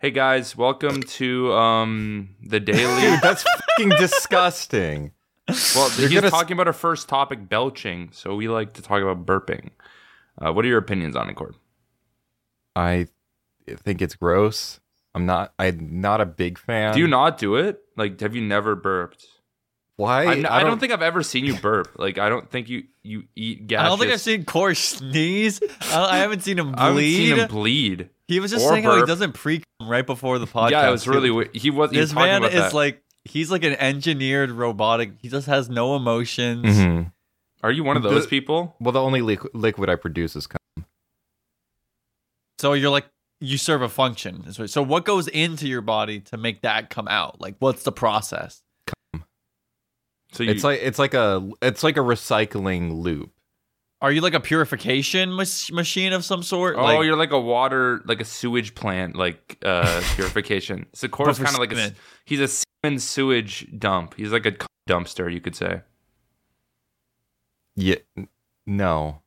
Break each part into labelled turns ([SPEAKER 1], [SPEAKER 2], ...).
[SPEAKER 1] Hey guys, welcome to um the daily.
[SPEAKER 2] Dude, that's fucking disgusting.
[SPEAKER 1] Well,
[SPEAKER 2] You're
[SPEAKER 1] he's
[SPEAKER 2] gonna s-
[SPEAKER 1] talking about our first topic, belching. So we like to talk about burping. Uh, what are your opinions on it, Cord?
[SPEAKER 2] I think it's gross. I'm not. I'm not a big fan.
[SPEAKER 3] Um,
[SPEAKER 1] Do you not do it? Like, have you never burped?
[SPEAKER 2] Why?
[SPEAKER 1] I, I, don't, think I've ever seen you burp. Like, I don't think you you eat gas.
[SPEAKER 3] I don't think I've seen Core sneeze. I, don't- I haven't seen him
[SPEAKER 1] I haven't
[SPEAKER 3] bleed.
[SPEAKER 1] seen him bleed.
[SPEAKER 3] he was just
[SPEAKER 1] or
[SPEAKER 3] saying how he
[SPEAKER 1] burp.
[SPEAKER 3] doesn't pre right before the podcast.
[SPEAKER 1] yeah, it was
[SPEAKER 3] too.
[SPEAKER 1] really weird. He was. He was
[SPEAKER 3] This
[SPEAKER 1] talking
[SPEAKER 3] man
[SPEAKER 1] about
[SPEAKER 3] is
[SPEAKER 1] that.
[SPEAKER 3] like he's like an engineered robotic. He just has no emotions.
[SPEAKER 1] Mm-hmm.
[SPEAKER 2] Mhm.
[SPEAKER 1] Are you one of those
[SPEAKER 2] The-
[SPEAKER 1] people?
[SPEAKER 2] Well, the only liqu- liquid I produce is. cum.
[SPEAKER 3] So you're like you serve a function. is what- So what goes into your body to make that come out? Like what's the process?
[SPEAKER 1] So you,
[SPEAKER 2] It's like it's like a it's like a recycling loop.
[SPEAKER 3] Are you like a purification mach- machine of some sort?
[SPEAKER 1] oh,
[SPEAKER 3] like,
[SPEAKER 1] you're like a water, like a sewage plant, like uh purification. Sikora is
[SPEAKER 3] But for
[SPEAKER 1] kind of like a, s-
[SPEAKER 3] semen.
[SPEAKER 1] he's a semen sewage dump. He's like a c- dumpster, you could say.
[SPEAKER 2] Yeah. n- No.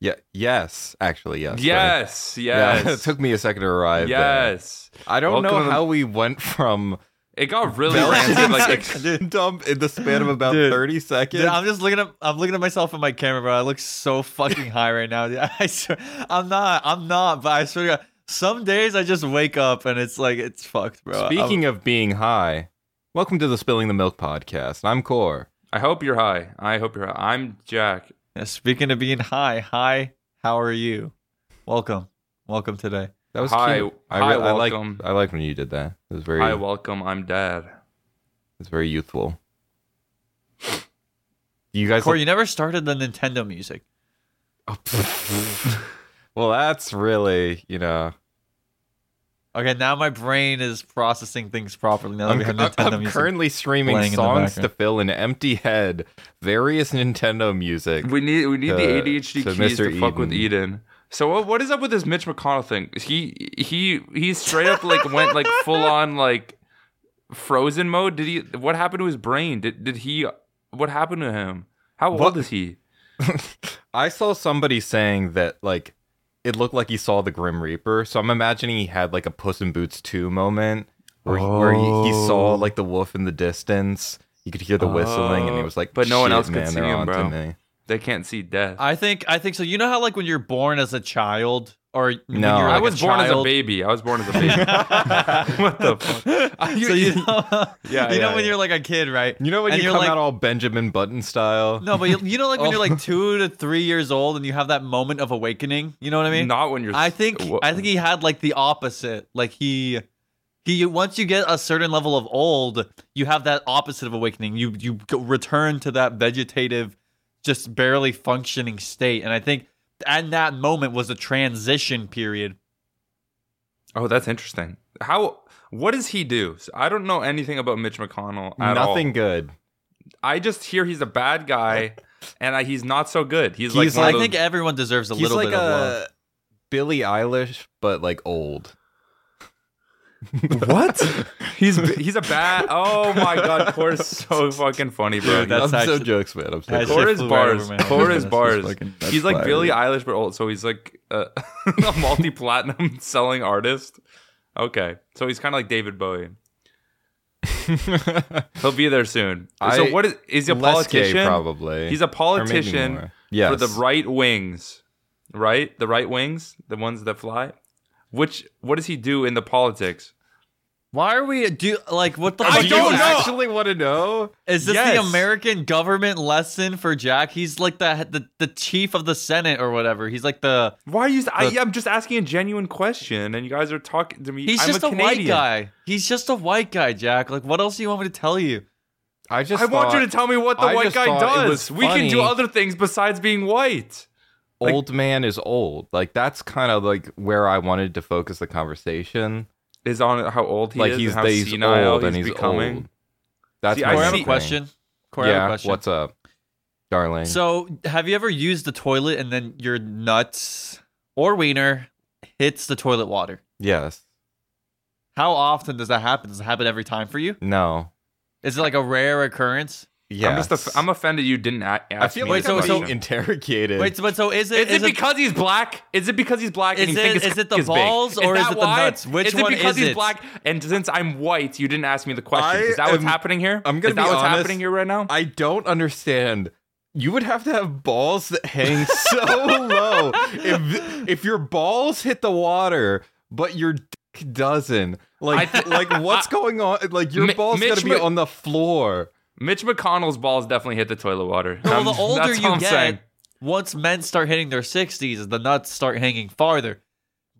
[SPEAKER 2] Yeah. Yes. Actually. Yes. sorry.
[SPEAKER 1] yes, yes,
[SPEAKER 2] Yeah, it took me a second to arrive. there.
[SPEAKER 1] yes.
[SPEAKER 2] I don't
[SPEAKER 1] Welcome to
[SPEAKER 2] know
[SPEAKER 1] the-
[SPEAKER 2] how we went from
[SPEAKER 1] It got really
[SPEAKER 2] Belgian
[SPEAKER 1] rancid. Like,
[SPEAKER 2] sex
[SPEAKER 1] ex-
[SPEAKER 2] dump in the span of about
[SPEAKER 3] Dude.
[SPEAKER 2] thirty seconds.
[SPEAKER 3] Dude, I'm just looking at I'm looking at myself in my camera, bro. I look so fucking high right now. dude. I swear, I'm not. I'm not. But I swear, to God, some days I just wake up and it's like it's fucked, bro.
[SPEAKER 2] Speaking of being high, welcome to the Spilling the Milk podcast. I'm Core.
[SPEAKER 1] I hope you're high. I hope you're high. I'm Jack.
[SPEAKER 3] of speaking of being high, hi, how are you? Welcome, welcome today.
[SPEAKER 2] That was
[SPEAKER 1] Hi-
[SPEAKER 2] cute.
[SPEAKER 1] hi,
[SPEAKER 2] I like
[SPEAKER 1] welcome.
[SPEAKER 2] I like when you did that. It was very
[SPEAKER 1] Hi, welcome. I'm dad.
[SPEAKER 2] it was very youthful. You guys
[SPEAKER 3] Corey, you never started the Nintendo music.
[SPEAKER 2] Well, that's really, you know,
[SPEAKER 3] Okay, now my brain is processing things properly. Now that
[SPEAKER 2] I'm,
[SPEAKER 3] we have
[SPEAKER 2] I'm-
[SPEAKER 3] Nintendo
[SPEAKER 2] I'm
[SPEAKER 3] music.
[SPEAKER 2] currently streaming
[SPEAKER 3] playing in the
[SPEAKER 2] songs to
[SPEAKER 3] background.
[SPEAKER 2] fill an empty head, various Nintendo music.
[SPEAKER 1] We need we need
[SPEAKER 2] to-
[SPEAKER 1] the ADHD
[SPEAKER 2] to
[SPEAKER 1] keys to
[SPEAKER 2] Mr.
[SPEAKER 1] fuck with
[SPEAKER 2] Uh, Eden.
[SPEAKER 1] Eden. So what what is up with this Mitch McConnell thing? He he he straight up like went like full on like frozen mode. Did he? What happened to his brain? Did did he? What happened to him? How old
[SPEAKER 2] What-
[SPEAKER 1] is he?
[SPEAKER 2] I saw somebody saying that like it looked like he saw the Grim Reaper, so I'm imagining he had like a Puss in Boots 2 moment where, he, where he, he
[SPEAKER 1] Oh.
[SPEAKER 2] saw like the wolf in the distance. He could hear the whistling, and he
[SPEAKER 1] Oh.
[SPEAKER 2] was like,
[SPEAKER 1] But no one
[SPEAKER 2] "Shit,
[SPEAKER 1] else could
[SPEAKER 2] man,
[SPEAKER 1] see
[SPEAKER 2] they're
[SPEAKER 1] him,
[SPEAKER 2] onto
[SPEAKER 1] bro."
[SPEAKER 2] me."
[SPEAKER 1] They can't see death. I,
[SPEAKER 3] I think I think so. You know how like when you're born as a child, or when
[SPEAKER 2] No.
[SPEAKER 3] you're,
[SPEAKER 2] I
[SPEAKER 3] like,
[SPEAKER 1] was born as a
[SPEAKER 3] child-
[SPEAKER 1] baby. I was born as a baby. what the fuck?
[SPEAKER 3] so you know,
[SPEAKER 1] Yeah,
[SPEAKER 3] you know
[SPEAKER 1] yeah,
[SPEAKER 3] when
[SPEAKER 1] yeah.
[SPEAKER 3] you're like a kid, right?
[SPEAKER 2] You know when
[SPEAKER 3] And
[SPEAKER 2] you
[SPEAKER 3] you're
[SPEAKER 2] come
[SPEAKER 3] like,
[SPEAKER 2] out all Benjamin Button style?
[SPEAKER 3] no, but you, you know like when
[SPEAKER 2] Oh.
[SPEAKER 3] you're like two to three years old and you have that moment of awakening. You know what I mean?
[SPEAKER 1] Not when you're.
[SPEAKER 3] I think
[SPEAKER 1] Wha-
[SPEAKER 3] I think he had like the opposite. Like he he once you get a certain level of old, you have that opposite of awakening. You you go, return to that vegetative, just barely functioning state. And I think and that moment was a transition period.
[SPEAKER 1] Oh, that's interesting. How? What does he do? So I don't know anything about Mitch McConnell at all.
[SPEAKER 2] Nothing good.
[SPEAKER 1] I just hear he's a bad guy, and I, he's not so good. He's,
[SPEAKER 2] He's
[SPEAKER 1] like,
[SPEAKER 3] I
[SPEAKER 1] one
[SPEAKER 3] think
[SPEAKER 1] of those-
[SPEAKER 3] everyone deserves a
[SPEAKER 2] He's
[SPEAKER 3] little
[SPEAKER 2] like
[SPEAKER 3] bit of love.
[SPEAKER 2] a Billie Eilish, but like old.
[SPEAKER 1] what? He's he's a bad. Oh my god, Cora's so fucking funny, bro.
[SPEAKER 3] Dude, that's
[SPEAKER 2] I'm so
[SPEAKER 3] actually-
[SPEAKER 2] jokes, man. I'm so
[SPEAKER 3] That
[SPEAKER 2] jokes.
[SPEAKER 3] shit
[SPEAKER 1] Cora's
[SPEAKER 3] flew right
[SPEAKER 1] bars.
[SPEAKER 3] over my head.
[SPEAKER 1] Cora's
[SPEAKER 3] That's just
[SPEAKER 1] bars.
[SPEAKER 3] fucking-
[SPEAKER 1] he's like
[SPEAKER 2] fire.
[SPEAKER 1] Billie Eilish but old, so he's like uh, a multi-platinum selling artist. Okay, so he's kind of like David Bowie. He'll be there soon. so
[SPEAKER 2] I-
[SPEAKER 1] what is is he a
[SPEAKER 2] Less gay,
[SPEAKER 1] politician?
[SPEAKER 2] probably.
[SPEAKER 1] He's a
[SPEAKER 2] Or maybe
[SPEAKER 1] politician
[SPEAKER 2] more. Yes.
[SPEAKER 1] for the right wings, right? The right wings, the ones that fly. Which what does he do in the politics?
[SPEAKER 3] Why are we do like what the?
[SPEAKER 1] I
[SPEAKER 3] fuck
[SPEAKER 2] Do
[SPEAKER 3] is
[SPEAKER 1] don't
[SPEAKER 2] you
[SPEAKER 1] know.
[SPEAKER 3] that?
[SPEAKER 2] actually want to know?
[SPEAKER 3] Is this
[SPEAKER 1] Yes.
[SPEAKER 3] the American government lesson for Jack? He's like the, the the chief of the Senate or whatever. He's like the
[SPEAKER 1] Why are you? I, I'm just asking a genuine question, and you guys are talking to me.
[SPEAKER 3] he's
[SPEAKER 1] I'm
[SPEAKER 3] just
[SPEAKER 1] a,
[SPEAKER 3] a,
[SPEAKER 1] Canadian.
[SPEAKER 3] white guy. He's just a white guy, Jack. Like what else do you want me to tell you?
[SPEAKER 2] I just
[SPEAKER 1] I want you
[SPEAKER 2] thought
[SPEAKER 1] to tell me what the
[SPEAKER 2] I
[SPEAKER 1] white
[SPEAKER 2] just
[SPEAKER 1] guy
[SPEAKER 2] thought it
[SPEAKER 1] does.
[SPEAKER 2] was
[SPEAKER 1] We can do
[SPEAKER 2] funny.
[SPEAKER 1] other things besides being white. like-
[SPEAKER 2] old man is old. Like that's kind of like where I wanted to focus the conversation.
[SPEAKER 1] Is on how old he
[SPEAKER 2] like
[SPEAKER 1] is,
[SPEAKER 2] he's
[SPEAKER 1] and how
[SPEAKER 2] he's
[SPEAKER 1] senile
[SPEAKER 2] old
[SPEAKER 1] he's
[SPEAKER 2] and he's
[SPEAKER 1] becoming.
[SPEAKER 2] old. That's
[SPEAKER 1] See,
[SPEAKER 2] my
[SPEAKER 1] I
[SPEAKER 3] Corey, I have
[SPEAKER 1] see-
[SPEAKER 3] a
[SPEAKER 2] thing.
[SPEAKER 3] question. Corey, I
[SPEAKER 2] yeah,
[SPEAKER 3] have a question.
[SPEAKER 2] what's up, darling?
[SPEAKER 3] so have you ever used the toilet and then your nuts or wiener hits the toilet water?
[SPEAKER 2] yes,
[SPEAKER 3] How often does that happen? Does it happen every time for you?
[SPEAKER 2] no,
[SPEAKER 3] Is it like a rare occurrence?
[SPEAKER 2] Yeah,
[SPEAKER 1] I'm just off- I'm offended you didn't a- ask
[SPEAKER 2] I feel
[SPEAKER 1] me
[SPEAKER 2] like
[SPEAKER 1] this
[SPEAKER 3] so-
[SPEAKER 2] I'm
[SPEAKER 1] question.
[SPEAKER 2] being interrogated.
[SPEAKER 3] Wait, so- but so is it?
[SPEAKER 1] is, it
[SPEAKER 3] it-
[SPEAKER 1] because he's black? Is it because he's black? and
[SPEAKER 3] Is
[SPEAKER 1] you think
[SPEAKER 3] it-
[SPEAKER 1] his
[SPEAKER 3] is it the
[SPEAKER 1] cock big?
[SPEAKER 3] balls or is
[SPEAKER 1] that
[SPEAKER 3] it the
[SPEAKER 1] why?
[SPEAKER 3] nuts? Which
[SPEAKER 1] is it
[SPEAKER 3] one
[SPEAKER 1] because
[SPEAKER 3] is
[SPEAKER 1] he's
[SPEAKER 3] it?
[SPEAKER 1] black? And since I'm white, you didn't ask me the question.
[SPEAKER 2] I
[SPEAKER 1] is that what's
[SPEAKER 2] am-
[SPEAKER 1] happening here?
[SPEAKER 2] I'm gonna
[SPEAKER 1] is that
[SPEAKER 2] be
[SPEAKER 1] what's
[SPEAKER 2] honest,
[SPEAKER 1] happening here right now?
[SPEAKER 2] I don't understand. You would have to have balls that hang so low. If if your balls hit the water, but your dick doesn't, like
[SPEAKER 1] I th-
[SPEAKER 2] like what's going on? Like your
[SPEAKER 1] Mi-
[SPEAKER 2] balls
[SPEAKER 1] Mitch
[SPEAKER 2] gotta be
[SPEAKER 1] Mc-
[SPEAKER 2] on the floor.
[SPEAKER 1] Mitch McConnell's balls definitely hit the toilet water.
[SPEAKER 3] Well,
[SPEAKER 1] I'm-
[SPEAKER 3] the older
[SPEAKER 1] that's all
[SPEAKER 3] you
[SPEAKER 1] I'm
[SPEAKER 3] get,
[SPEAKER 1] saying.
[SPEAKER 3] once men start hitting their 60s, the nuts start hanging farther.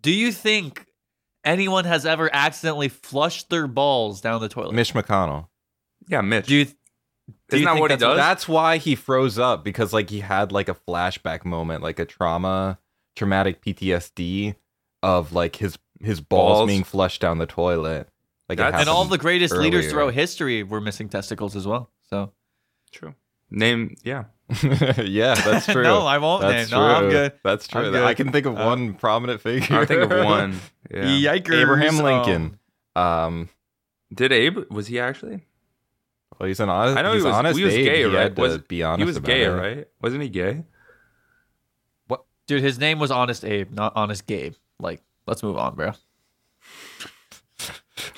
[SPEAKER 3] Do you think anyone has ever accidentally flushed their balls down the toilet?
[SPEAKER 2] Mitch McConnell.
[SPEAKER 1] yeah, Mitch.
[SPEAKER 3] Do you th-
[SPEAKER 2] Do
[SPEAKER 1] Isn't
[SPEAKER 2] you
[SPEAKER 1] that
[SPEAKER 2] think
[SPEAKER 1] what he does?
[SPEAKER 2] that's- That's why he froze up because like he had like a flashback moment, like a trauma, traumatic PTSD of like his his balls,
[SPEAKER 1] Balls.
[SPEAKER 2] being flushed down the toilet. Like it
[SPEAKER 1] That's-
[SPEAKER 3] and all
[SPEAKER 2] happened.
[SPEAKER 3] the greatest leaders
[SPEAKER 2] earlier.
[SPEAKER 3] throughout history were missing testicles as well. So
[SPEAKER 1] True. Name. Yeah.
[SPEAKER 2] yeah, that's true.
[SPEAKER 3] no, I
[SPEAKER 1] Oh,
[SPEAKER 3] won't.
[SPEAKER 2] That's
[SPEAKER 3] name.
[SPEAKER 2] true.
[SPEAKER 3] No, I'm good.
[SPEAKER 2] That's true.
[SPEAKER 3] I'm good.
[SPEAKER 2] I can think of
[SPEAKER 3] Uh,
[SPEAKER 2] one prominent figure.
[SPEAKER 1] I think of one. Yeah.
[SPEAKER 3] Yikers.
[SPEAKER 2] Abraham
[SPEAKER 3] Um,
[SPEAKER 2] Lincoln. Um,
[SPEAKER 1] Did Abe? Was he actually?
[SPEAKER 2] well, he's an honest.
[SPEAKER 1] I know he
[SPEAKER 2] he's
[SPEAKER 1] was-
[SPEAKER 2] honest.
[SPEAKER 1] he was
[SPEAKER 2] Abe.
[SPEAKER 1] gay,
[SPEAKER 2] He
[SPEAKER 1] right?
[SPEAKER 2] had to
[SPEAKER 1] Was-
[SPEAKER 2] be honest.
[SPEAKER 1] He was
[SPEAKER 2] about
[SPEAKER 1] gay,
[SPEAKER 2] it.
[SPEAKER 1] right? Wasn't he gay?
[SPEAKER 3] Dude, his name was Honest Abe, not Honest Gabe. Like, let's move on, bro.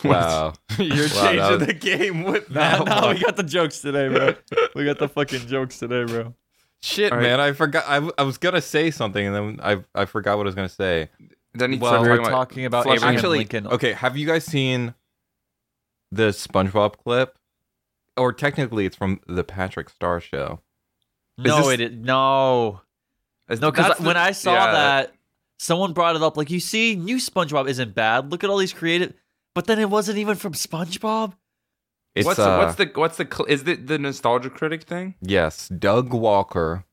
[SPEAKER 2] Wow,
[SPEAKER 3] You're
[SPEAKER 2] Wow, that was-
[SPEAKER 3] the game with
[SPEAKER 2] that
[SPEAKER 3] No,
[SPEAKER 2] one.
[SPEAKER 3] we got the jokes today, bro. we got the fucking jokes today, bro.
[SPEAKER 2] shit,
[SPEAKER 1] All right.
[SPEAKER 2] man! I forgot. I, I was gonna say something, and then I I forgot what I was gonna say.
[SPEAKER 1] Then he
[SPEAKER 3] Well,
[SPEAKER 1] started
[SPEAKER 3] we were
[SPEAKER 1] talking about.
[SPEAKER 3] talking about
[SPEAKER 1] flushing-
[SPEAKER 3] Abraham
[SPEAKER 2] Actually,
[SPEAKER 3] Lincoln.
[SPEAKER 2] okay. Have you guys seen the SpongeBob clip? Or technically, it's from the Patrick Star Show.
[SPEAKER 3] No,
[SPEAKER 1] this-
[SPEAKER 3] it is no, no. Because
[SPEAKER 1] That's the-
[SPEAKER 3] when I saw
[SPEAKER 1] yeah,
[SPEAKER 3] that, someone brought it up. Like, you see, new SpongeBob isn't bad. Look at all these creative. But then it wasn't even from SpongeBob.
[SPEAKER 2] It's
[SPEAKER 1] what's,
[SPEAKER 2] uh,
[SPEAKER 1] the, what's the what's the cl- is it the nostalgia critic thing?
[SPEAKER 2] Yes, Doug Walker,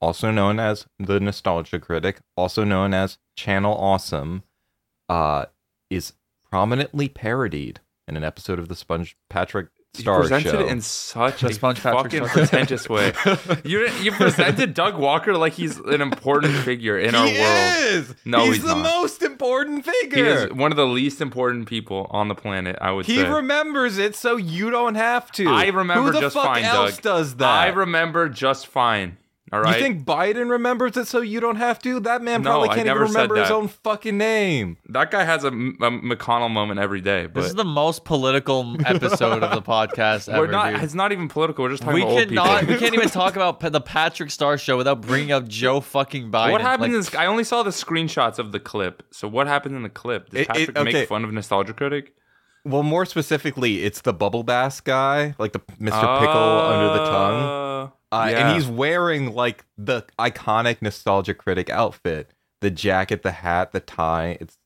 [SPEAKER 2] also known as the Nostalgia Critic, also known as Channel Awesome, uh, is prominently parodied in an episode of the Sponge Patrick Star
[SPEAKER 1] you presented
[SPEAKER 2] Show.
[SPEAKER 1] it in such
[SPEAKER 3] The
[SPEAKER 1] a
[SPEAKER 3] Sponge Patrick
[SPEAKER 1] fucking
[SPEAKER 3] Star Show.
[SPEAKER 1] pretentious way. You you presented Doug Walker like he's an important figure in our world.
[SPEAKER 2] is.
[SPEAKER 1] No,
[SPEAKER 2] he's,
[SPEAKER 1] he's
[SPEAKER 2] the
[SPEAKER 1] not.
[SPEAKER 2] most important
[SPEAKER 1] He
[SPEAKER 2] figure.
[SPEAKER 1] is one of the least important people on the planet. I would
[SPEAKER 2] He,
[SPEAKER 1] say.
[SPEAKER 2] remembers it, so you don't have to.
[SPEAKER 1] I remember
[SPEAKER 2] Who the
[SPEAKER 1] just
[SPEAKER 2] fuck
[SPEAKER 1] fine,
[SPEAKER 2] else
[SPEAKER 1] Doug.
[SPEAKER 2] does that?
[SPEAKER 1] I remember just fine. All right.
[SPEAKER 2] You think Biden remembers it, so you don't have to? That man
[SPEAKER 1] No,
[SPEAKER 2] probably
[SPEAKER 1] I
[SPEAKER 2] can't even
[SPEAKER 1] never said
[SPEAKER 2] remember his
[SPEAKER 1] that.
[SPEAKER 2] own fucking name.
[SPEAKER 1] that guy has a, M- a McConnell moment every day?
[SPEAKER 3] This is
[SPEAKER 1] But
[SPEAKER 3] the most political episode of the podcast ever.
[SPEAKER 1] we're not.
[SPEAKER 3] dude.
[SPEAKER 1] It's not even political. We're just talking
[SPEAKER 3] We
[SPEAKER 1] about old people.
[SPEAKER 3] cannot. We can't even talk about pa- the Patrick Star Show without bringing up Joe fucking Biden.
[SPEAKER 1] What happened in
[SPEAKER 3] Like,
[SPEAKER 1] this? I only saw the screenshots of the clip. So what happened in the clip? Did
[SPEAKER 2] It- it-
[SPEAKER 1] Patrick
[SPEAKER 2] okay.
[SPEAKER 1] make fun of Nostalgia Critic?
[SPEAKER 2] Well, more specifically, it's the bubble bass guy, like the Mr. Pickle under the tongue, uh,
[SPEAKER 1] Oh, yeah.
[SPEAKER 2] and he's wearing like the iconic nostalgia critic outfit: the jacket, the hat, the tie. It's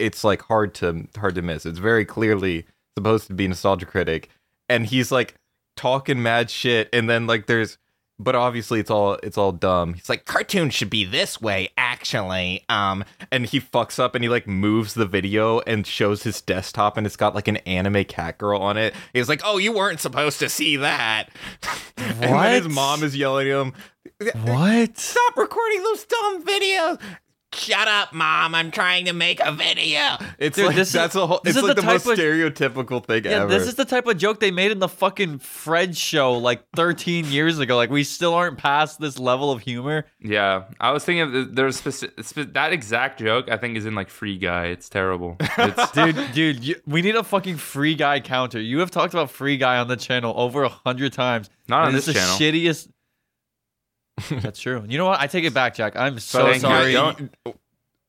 [SPEAKER 2] it's like hard to hard to miss. It's very clearly supposed to be nostalgia critic, and he's like talking mad shit, and then like there's. But obviously, it's all it's all dumb. He's like, cartoons should be this way, actually. Um, and he fucks up and he like moves the video and shows his desktop and it's got like an anime cat girl on it. He was like, "Oh, you weren't supposed to see that." and then
[SPEAKER 3] What?
[SPEAKER 2] his mom is yelling at him,
[SPEAKER 3] What?
[SPEAKER 2] "Stop recording those dumb videos." Shut up, mom! I'm trying to make a video. It's
[SPEAKER 3] Dude,
[SPEAKER 2] like
[SPEAKER 3] this is-
[SPEAKER 2] that's a whole.
[SPEAKER 3] this
[SPEAKER 2] It's
[SPEAKER 3] is
[SPEAKER 2] like
[SPEAKER 3] the
[SPEAKER 2] the, most
[SPEAKER 3] type of-
[SPEAKER 2] stereotypical thing
[SPEAKER 3] Yeah,
[SPEAKER 2] ever.
[SPEAKER 3] this is the type of joke they made in the fucking Fred show like 13 years ago. Like we still aren't past this level of humor.
[SPEAKER 1] yeah, I was thinking of the, there's specific, spe- that exact joke. I think is in like Free Guy. It's terrible. It's,
[SPEAKER 3] Dude, dude, you, we need a fucking free guy counter. You have talked about free guy on the channel over a hundred times.
[SPEAKER 1] Not on
[SPEAKER 3] and
[SPEAKER 1] this
[SPEAKER 3] is Shittiest. That's true. You know what? I take it back, Jack. I'm so
[SPEAKER 1] Thank you.
[SPEAKER 3] sorry.
[SPEAKER 1] Don't-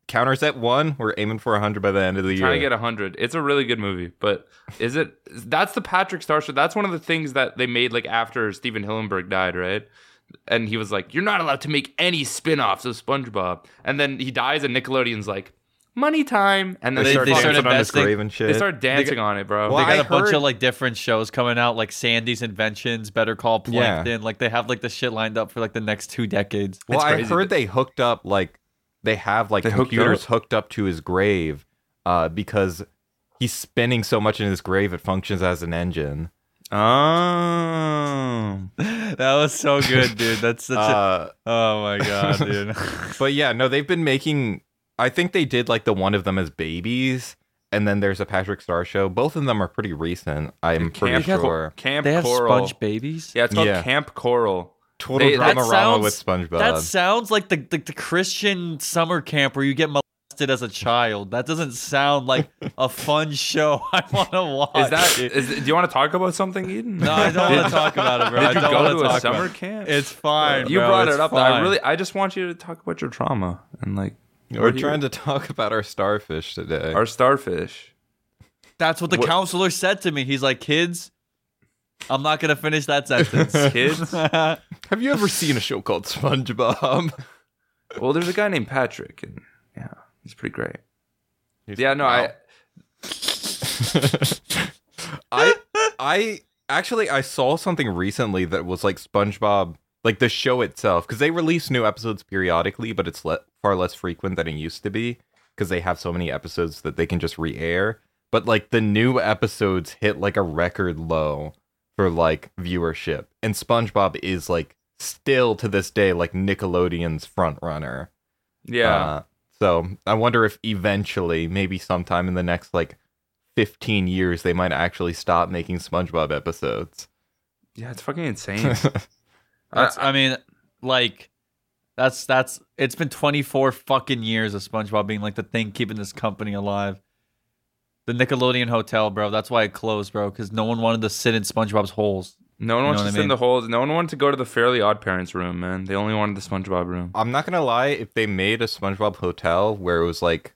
[SPEAKER 2] Counters at one. We're aiming for hundred by the end of the year.
[SPEAKER 1] trying to get 100 it's a really good movie but is it that's the patrick star show that's one of the things that they made like after steven hillenberg died right and he was like you're not allowed to make any spin-offs of spongebob and then he dies and nickelodeon's like money time and then
[SPEAKER 2] they,
[SPEAKER 1] they, start
[SPEAKER 2] they
[SPEAKER 1] dancing,
[SPEAKER 2] started
[SPEAKER 3] started
[SPEAKER 2] on his
[SPEAKER 3] investing-
[SPEAKER 2] grave and shit.
[SPEAKER 1] they start dancing on it bro
[SPEAKER 2] Well,
[SPEAKER 3] they got
[SPEAKER 2] I
[SPEAKER 3] a bunch
[SPEAKER 2] heard-
[SPEAKER 3] of like different shows coming out, like Sandy's Inventions, Better Call
[SPEAKER 2] Yeah.
[SPEAKER 3] Plankton. Like they have like the shit lined up for like the next two decades.
[SPEAKER 2] Well,
[SPEAKER 1] It's
[SPEAKER 2] I
[SPEAKER 1] crazy
[SPEAKER 2] heard they hooked up like they have like
[SPEAKER 1] They hooked
[SPEAKER 2] computers hooked up to his grave uh, because he's spinning so much in his grave it functions as an engine.
[SPEAKER 3] Um,
[SPEAKER 1] oh
[SPEAKER 3] that was so good, dude. That's such a
[SPEAKER 2] Uh,
[SPEAKER 3] Oh my god, dude.
[SPEAKER 2] but yeah, no, they've been making. I think they did like the one of them as babies, and then there's a Patrick Star show. Both of them are pretty recent. I'm pretty
[SPEAKER 1] Camp,
[SPEAKER 2] sure.
[SPEAKER 1] Camp
[SPEAKER 3] They have
[SPEAKER 1] Coral.
[SPEAKER 3] sponge babies.
[SPEAKER 1] yeah, it's called
[SPEAKER 2] Yeah.
[SPEAKER 1] Camp Coral.
[SPEAKER 2] Total
[SPEAKER 1] They- that
[SPEAKER 2] drama
[SPEAKER 3] sounds-
[SPEAKER 2] with SpongeBob.
[SPEAKER 3] That sounds like the, the the Christian summer camp where you get molested as a child. That doesn't sound like a fun show I want to watch.
[SPEAKER 1] Is that? Is, do you want to talk about something, Eden?
[SPEAKER 3] No, I don't want to talk about it, bro.
[SPEAKER 1] Did
[SPEAKER 3] I
[SPEAKER 1] you
[SPEAKER 3] don't
[SPEAKER 1] go
[SPEAKER 3] want
[SPEAKER 1] to a
[SPEAKER 3] talk
[SPEAKER 1] summer
[SPEAKER 3] about it.
[SPEAKER 1] camp?
[SPEAKER 3] It's fine.
[SPEAKER 1] you
[SPEAKER 3] bro.
[SPEAKER 1] brought
[SPEAKER 3] It's
[SPEAKER 1] it up. though. I
[SPEAKER 3] fine.
[SPEAKER 1] really, I just want you to talk about your trauma and like
[SPEAKER 2] We're trying to talk about our starfish today.
[SPEAKER 1] our starfish.
[SPEAKER 3] That's what the
[SPEAKER 1] What-
[SPEAKER 3] counselor said to me. He's like, "Kids, I'm not gonna finish that sentence."
[SPEAKER 1] Kids?
[SPEAKER 3] That's
[SPEAKER 2] Have you ever seen a show called SpongeBob?
[SPEAKER 1] Well, there's a guy named Patrick, and yeah, he's pretty great. Yeah, no, I
[SPEAKER 2] I I actually I saw something recently that was like SpongeBob, like the show itself, because they release new episodes periodically, but it's le- far less frequent than it used to be because they have so many episodes that they can just re-air. But like the new episodes hit like a record low for like viewership, and SpongeBob is like still to this day like Nickelodeon's front runner.
[SPEAKER 1] yeah.
[SPEAKER 2] Uh, so I wonder if eventually, maybe sometime in the next like 15 years, they might actually stop making SpongeBob episodes.
[SPEAKER 1] Yeah, it's fucking insane.
[SPEAKER 3] I mean, like, that's that's. It's been 24 fucking years of SpongeBob being like the thing keeping this company alive. The Nickelodeon Hotel, bro. That's why it closed, bro, because no one wanted to sit in SpongeBob's holes.
[SPEAKER 1] no one
[SPEAKER 3] You
[SPEAKER 1] wants
[SPEAKER 3] know
[SPEAKER 1] to
[SPEAKER 3] what I
[SPEAKER 1] sit in
[SPEAKER 3] mean?
[SPEAKER 1] the holes. No one wanted to go to the Fairly Odd Parents room, man. They only wanted the SpongeBob room.
[SPEAKER 2] I'm not gonna lie, if they made a SpongeBob hotel where it was like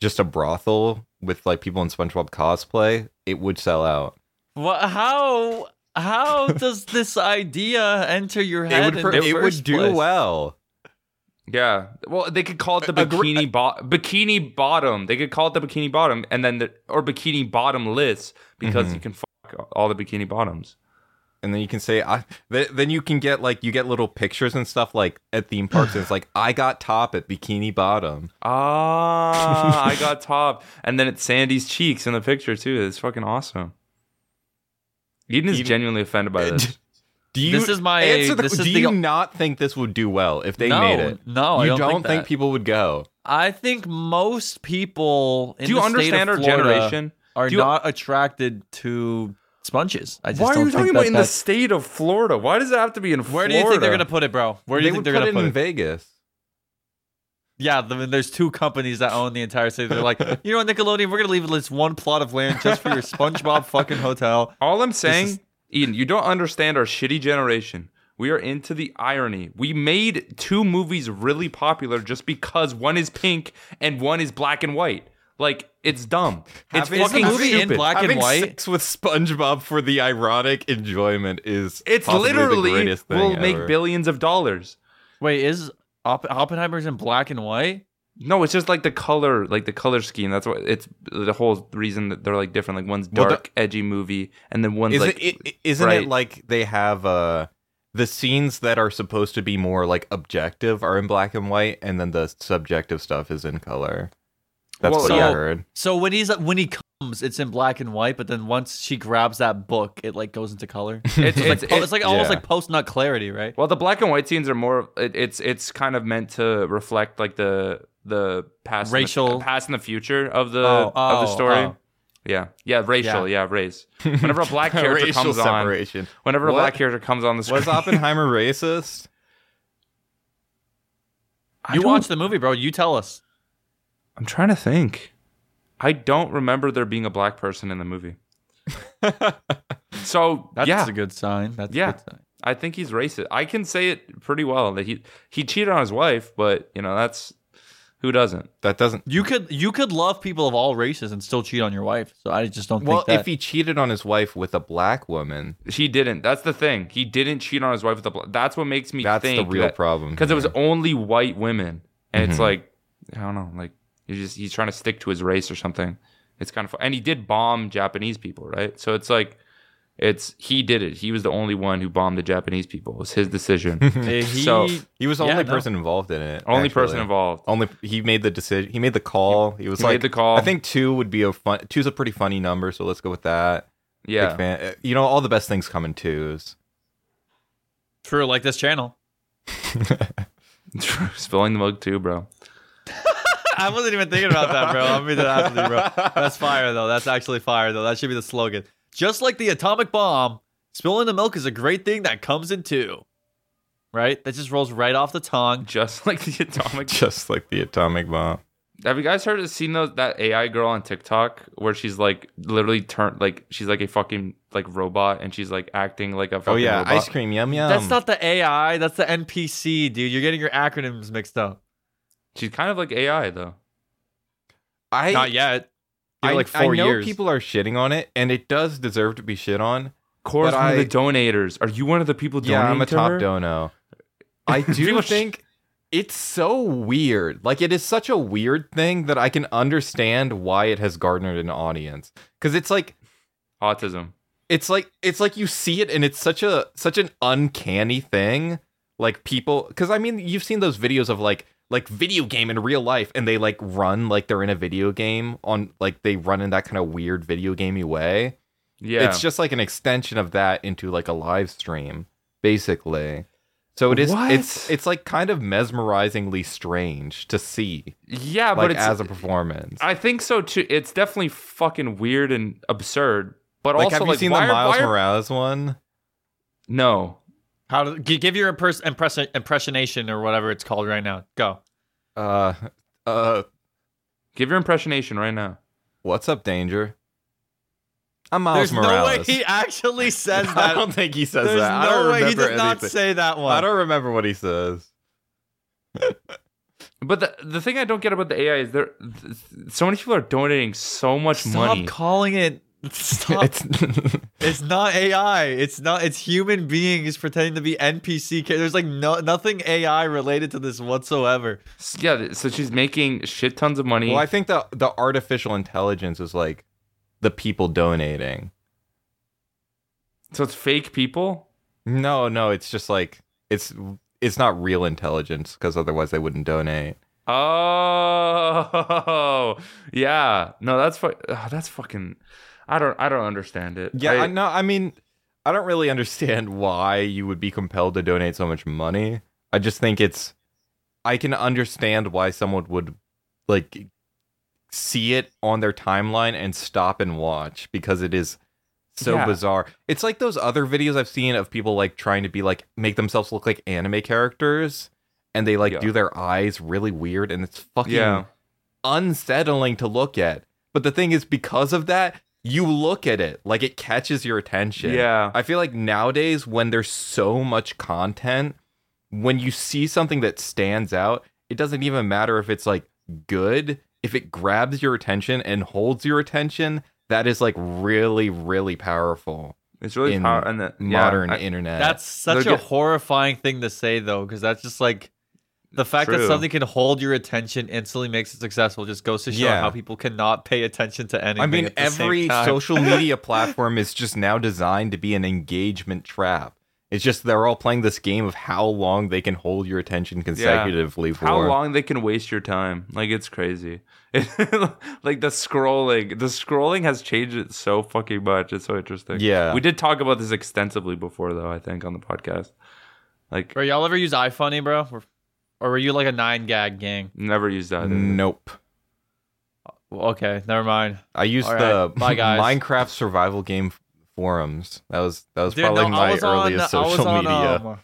[SPEAKER 2] just a brothel with like people in SpongeBob cosplay, it would sell out.
[SPEAKER 3] What? How? How does this idea enter your
[SPEAKER 2] It
[SPEAKER 3] head?
[SPEAKER 2] would,
[SPEAKER 3] in
[SPEAKER 2] per-
[SPEAKER 3] the
[SPEAKER 2] it would
[SPEAKER 3] first
[SPEAKER 2] do
[SPEAKER 3] place?
[SPEAKER 2] well.
[SPEAKER 1] Yeah. Well, they could call it the
[SPEAKER 2] A- a gr-
[SPEAKER 1] bikini bo- bikini bottom. They could call it the bikini bottom, and then the or bikini bottom list because
[SPEAKER 2] Mhm.
[SPEAKER 1] you can fuck all the bikini bottoms.
[SPEAKER 2] and then you can say I th- then you can get like you get little pictures and stuff like at theme parks and it's like I got top at Bikini Bottom.
[SPEAKER 1] Ah, I got top, and then it's Sandy's cheeks in the picture too. It's fucking awesome. Eden is
[SPEAKER 2] Eden-
[SPEAKER 1] genuinely offended by this.
[SPEAKER 2] Do you
[SPEAKER 3] This is my-
[SPEAKER 2] answer the,
[SPEAKER 3] this
[SPEAKER 2] do
[SPEAKER 3] is
[SPEAKER 2] you
[SPEAKER 3] the-
[SPEAKER 2] not think this would do well if they
[SPEAKER 3] no,
[SPEAKER 2] made it?
[SPEAKER 3] No, I
[SPEAKER 2] you
[SPEAKER 3] don't,
[SPEAKER 2] think,
[SPEAKER 3] that.
[SPEAKER 2] people would go.
[SPEAKER 3] I think most people in
[SPEAKER 1] Do you
[SPEAKER 3] the
[SPEAKER 1] understand
[SPEAKER 3] state
[SPEAKER 1] our
[SPEAKER 3] of Florida
[SPEAKER 1] generation?
[SPEAKER 3] are
[SPEAKER 1] Do you-
[SPEAKER 3] not attracted to sponges. I just
[SPEAKER 1] Why
[SPEAKER 3] don't
[SPEAKER 1] are you
[SPEAKER 3] think
[SPEAKER 1] talking
[SPEAKER 3] that
[SPEAKER 1] about in the
[SPEAKER 3] that's-
[SPEAKER 1] state of Florida? Why does it have to be in
[SPEAKER 3] Where
[SPEAKER 1] Florida?
[SPEAKER 3] do you think they're gonna put it, bro? Where do you
[SPEAKER 2] they
[SPEAKER 3] think
[SPEAKER 2] would
[SPEAKER 3] they're
[SPEAKER 2] put
[SPEAKER 3] gonna
[SPEAKER 2] it
[SPEAKER 3] put
[SPEAKER 2] in
[SPEAKER 3] it?
[SPEAKER 2] Vegas.
[SPEAKER 3] Yeah, the, and there's two companies that own the entire city. They're like, you know, what, Nickelodeon, we're gonna leave this one plot of land just for your SpongeBob fucking hotel.
[SPEAKER 1] All I'm saying,
[SPEAKER 3] is-
[SPEAKER 1] Eden, you don't understand our shitty generation. We are into the irony. We made two movies really popular just because one is pink and one is black and white. Like it's dumb. It's
[SPEAKER 2] Having-
[SPEAKER 1] fucking
[SPEAKER 2] Is the
[SPEAKER 3] movie in
[SPEAKER 1] stupid.
[SPEAKER 3] black and
[SPEAKER 2] Having
[SPEAKER 3] white?
[SPEAKER 2] sex with SpongeBob for the ironic enjoyment is
[SPEAKER 1] It's
[SPEAKER 2] possibly the
[SPEAKER 1] literally
[SPEAKER 2] greatest thing
[SPEAKER 1] will
[SPEAKER 2] ever.
[SPEAKER 1] make billions of dollars.
[SPEAKER 3] Wait, is Opp- Oppenheimer's in black and white?
[SPEAKER 1] No, it's just like the color, like the color scheme. That's what it's the whole reason that they're like different. Like one's
[SPEAKER 2] Well,
[SPEAKER 1] dark,
[SPEAKER 2] the-
[SPEAKER 1] edgy movie, and then one's
[SPEAKER 2] Is
[SPEAKER 1] like
[SPEAKER 2] it, it, isn't
[SPEAKER 1] bright.
[SPEAKER 2] it like they have uh the scenes that are supposed to be more like objective are in black and white and then the subjective stuff is in color. That's
[SPEAKER 1] Well,
[SPEAKER 2] what I
[SPEAKER 3] so-
[SPEAKER 2] heard.
[SPEAKER 3] So when he's when he comes, it's in black and white. But then once she grabs that book, it like goes into color. It's,
[SPEAKER 1] it's,
[SPEAKER 3] like,
[SPEAKER 1] it's-
[SPEAKER 3] oh, it's like almost
[SPEAKER 2] yeah.
[SPEAKER 3] like post nut clarity, right?
[SPEAKER 1] Well, the black and white scenes are more. It, it's it's kind of meant to reflect like the the past, and the-
[SPEAKER 3] Racial-
[SPEAKER 1] past and the future of the
[SPEAKER 3] Oh,
[SPEAKER 1] of the
[SPEAKER 3] oh,
[SPEAKER 1] story.
[SPEAKER 3] oh.
[SPEAKER 1] Yeah, yeah, racial, yeah, race. Whenever a black character
[SPEAKER 2] Racial
[SPEAKER 1] comes on,
[SPEAKER 2] separation.
[SPEAKER 1] whenever a
[SPEAKER 2] What?
[SPEAKER 1] black character comes on the screen,
[SPEAKER 2] Was Oppenheimer racist?
[SPEAKER 1] I
[SPEAKER 3] You
[SPEAKER 1] don't-
[SPEAKER 3] watch the movie, bro. You tell us.
[SPEAKER 1] I'm trying to think. I don't remember there being a black person in the movie. so
[SPEAKER 3] That's
[SPEAKER 1] yeah,
[SPEAKER 3] a good sign. That's
[SPEAKER 1] Yeah.
[SPEAKER 3] a good sign.
[SPEAKER 1] I think he's racist. I can say it pretty well that he he cheated on his wife, but you know that's who doesn't.
[SPEAKER 2] That doesn't
[SPEAKER 3] You could you could love people of all races and still cheat on your wife. So I just don't
[SPEAKER 2] Well,
[SPEAKER 3] think that.
[SPEAKER 2] if he cheated on his wife with a black woman,
[SPEAKER 1] He didn't. That's the thing. He didn't cheat on his wife with a black. That's what makes me
[SPEAKER 2] that's the
[SPEAKER 1] think
[SPEAKER 2] real problem.
[SPEAKER 1] because it was
[SPEAKER 2] here.
[SPEAKER 1] only white women, and it's
[SPEAKER 2] Mhm.
[SPEAKER 1] like I don't know, like he's just he's trying to stick to his race or something. It's kind of fu- and he did bomb Japanese people, right? So it's like it's he did it. He was the only one who bombed the Japanese people. It was his decision.
[SPEAKER 3] Eh, he,
[SPEAKER 1] so-
[SPEAKER 2] he was the
[SPEAKER 3] Yeah,
[SPEAKER 2] only
[SPEAKER 3] no.
[SPEAKER 2] person involved in it.
[SPEAKER 1] only
[SPEAKER 2] actually.
[SPEAKER 1] person involved.
[SPEAKER 2] Only he made the decision. He made the call. He was
[SPEAKER 1] He
[SPEAKER 2] like
[SPEAKER 1] made the call.
[SPEAKER 2] I think two would be a fun. Two's a pretty funny number, so let's go with that. Big
[SPEAKER 1] Yeah,
[SPEAKER 2] fan- uh, You know, all the best things come in twos.
[SPEAKER 3] true, like this channel.
[SPEAKER 1] spilling the mug too, bro.
[SPEAKER 3] I wasn't even thinking about that, bro. I'm being absolutely bro. That's fire though. That's actually fire though. That should be the slogan. Just like the atomic bomb, spilling the milk is a great thing that comes in two. Right? That just rolls right off the tongue.
[SPEAKER 1] Just like the atomic.
[SPEAKER 2] Just like the atomic bomb.
[SPEAKER 1] Have you guys heard seen those, that AI girl on TikTok where she's like literally turned like she's like a fucking like robot and she's like acting like a fucking
[SPEAKER 2] Oh yeah,
[SPEAKER 1] robot.
[SPEAKER 2] ice cream, yum yum.
[SPEAKER 3] That's not the AI. That's the NPC, dude. You're getting your acronyms mixed up.
[SPEAKER 1] She's kind of like AI though.
[SPEAKER 2] I,
[SPEAKER 3] Not yet. Give
[SPEAKER 2] I,
[SPEAKER 3] it like four
[SPEAKER 2] I know
[SPEAKER 3] years.
[SPEAKER 2] people are shitting on it, and it does deserve to be shit on.
[SPEAKER 1] Cora's
[SPEAKER 2] But
[SPEAKER 1] one of
[SPEAKER 2] I-
[SPEAKER 1] the donators. Are you one of the people donating
[SPEAKER 2] yeah, I'm a
[SPEAKER 1] to
[SPEAKER 2] top
[SPEAKER 1] her?
[SPEAKER 2] dono. I do
[SPEAKER 1] People sh-
[SPEAKER 2] think it's so weird. Like it is such a weird thing that I can understand why it has garnered an audience. Because it's like
[SPEAKER 1] Autism.
[SPEAKER 2] it's like it's like you see it and it's such a such an uncanny thing like people because i mean you've seen those videos of like like video game in real life and they like run like they're in a video game on like they run in that kind of weird video gamey way
[SPEAKER 1] Yeah.
[SPEAKER 2] it's just like an extension of that into like a live stream basically so it is
[SPEAKER 1] What?
[SPEAKER 2] it's it's like kind of mesmerizingly strange to see
[SPEAKER 1] yeah,
[SPEAKER 2] like
[SPEAKER 1] but it's
[SPEAKER 2] as a performance
[SPEAKER 1] I think so too. It's definitely fucking weird and absurd. But
[SPEAKER 2] like
[SPEAKER 1] also,
[SPEAKER 2] have you
[SPEAKER 1] like,
[SPEAKER 2] seen
[SPEAKER 1] why
[SPEAKER 2] the
[SPEAKER 1] are-
[SPEAKER 2] miles
[SPEAKER 1] why are-
[SPEAKER 2] morales one
[SPEAKER 1] No,
[SPEAKER 3] How to gi- give your impers- impress- impressionation or whatever it's called right now. Go.
[SPEAKER 2] uh uh
[SPEAKER 1] give your impressionation right now.
[SPEAKER 2] What's up, Danger? I'm Miles
[SPEAKER 3] There's
[SPEAKER 2] Morales.
[SPEAKER 3] no way he actually says
[SPEAKER 2] I
[SPEAKER 3] that.
[SPEAKER 2] don't think he says
[SPEAKER 3] There's
[SPEAKER 2] that. I don't
[SPEAKER 3] no way he
[SPEAKER 2] remember
[SPEAKER 3] did not
[SPEAKER 2] anything.
[SPEAKER 3] say that one.
[SPEAKER 2] I don't remember what he says.
[SPEAKER 1] But the the thing I don't get about the AI is there. th- So many people are donating so much
[SPEAKER 3] Stop
[SPEAKER 1] money.
[SPEAKER 3] calling it. Stop. it's, not AI. It's not. It's human beings pretending to be NPC. cha- There's like no nothing AI related to this whatsoever.
[SPEAKER 1] S- Yeah, th- so she's making shit tons of money.
[SPEAKER 2] well, I think the the artificial intelligence is like the people donating.
[SPEAKER 1] so it's fake people.
[SPEAKER 2] No, no, it's just like it's it's not real intelligence because otherwise they wouldn't donate.
[SPEAKER 1] Oh, yeah. No, that's fu- oh, that's fucking. I don't. I don't understand it.
[SPEAKER 2] Yeah,
[SPEAKER 1] I,
[SPEAKER 2] I, no, I mean, I don't really understand why you would be compelled to donate so much money. I just think it's, I can understand why someone would like see it on their timeline and stop and watch because it is so
[SPEAKER 1] Yeah.
[SPEAKER 2] bizarre. It's like those other videos I've seen of people like trying to be like make themselves look like anime characters and they like
[SPEAKER 1] Yeah.
[SPEAKER 2] do their eyes really weird and it's fucking
[SPEAKER 1] yeah.
[SPEAKER 2] unsettling to look at. But the thing is, because of that, you look at it like it catches your attention.
[SPEAKER 1] Yeah.
[SPEAKER 2] I feel like nowadays, when there's so much content, when you see something that stands out, it doesn't even matter if it's like good. If it grabs your attention and holds your attention, that is like really, really powerful.
[SPEAKER 1] It's really
[SPEAKER 2] in
[SPEAKER 1] power- and the, yeah,
[SPEAKER 2] Modern
[SPEAKER 1] I-
[SPEAKER 2] internet.
[SPEAKER 3] That's such
[SPEAKER 1] they're
[SPEAKER 3] a
[SPEAKER 1] ju-
[SPEAKER 3] horrifying thing to say, though, because that's just like the fact that
[SPEAKER 1] True.
[SPEAKER 3] something can hold your attention instantly makes it successful. Just goes to show
[SPEAKER 2] Yeah.
[SPEAKER 3] how people cannot pay attention to anything.
[SPEAKER 2] I mean,
[SPEAKER 3] at the same
[SPEAKER 2] every
[SPEAKER 3] time.
[SPEAKER 2] social media platform is just now designed to be an engagement trap. It's just they're all playing this game of how long they can hold your attention consecutively for.
[SPEAKER 1] how long they can waste your time like it's crazy like the scrolling the scrolling has changed it so fucking much it's so interesting
[SPEAKER 2] Yeah.
[SPEAKER 1] we did talk about this extensively before though i think on the podcast like
[SPEAKER 3] Bro, y'all ever use iFunny, bro? Or- Or were you like a nine gag gang?
[SPEAKER 1] never used that
[SPEAKER 2] Nope.
[SPEAKER 3] Well, okay, never mind.
[SPEAKER 2] I used
[SPEAKER 3] All
[SPEAKER 2] the
[SPEAKER 3] right. Bye, guys.
[SPEAKER 2] Minecraft survival game f- forums. That was that was
[SPEAKER 3] Dude,
[SPEAKER 2] probably
[SPEAKER 3] no, I
[SPEAKER 2] my
[SPEAKER 3] was on-
[SPEAKER 2] earliest
[SPEAKER 3] I was
[SPEAKER 2] social
[SPEAKER 3] on,
[SPEAKER 2] media.
[SPEAKER 3] um,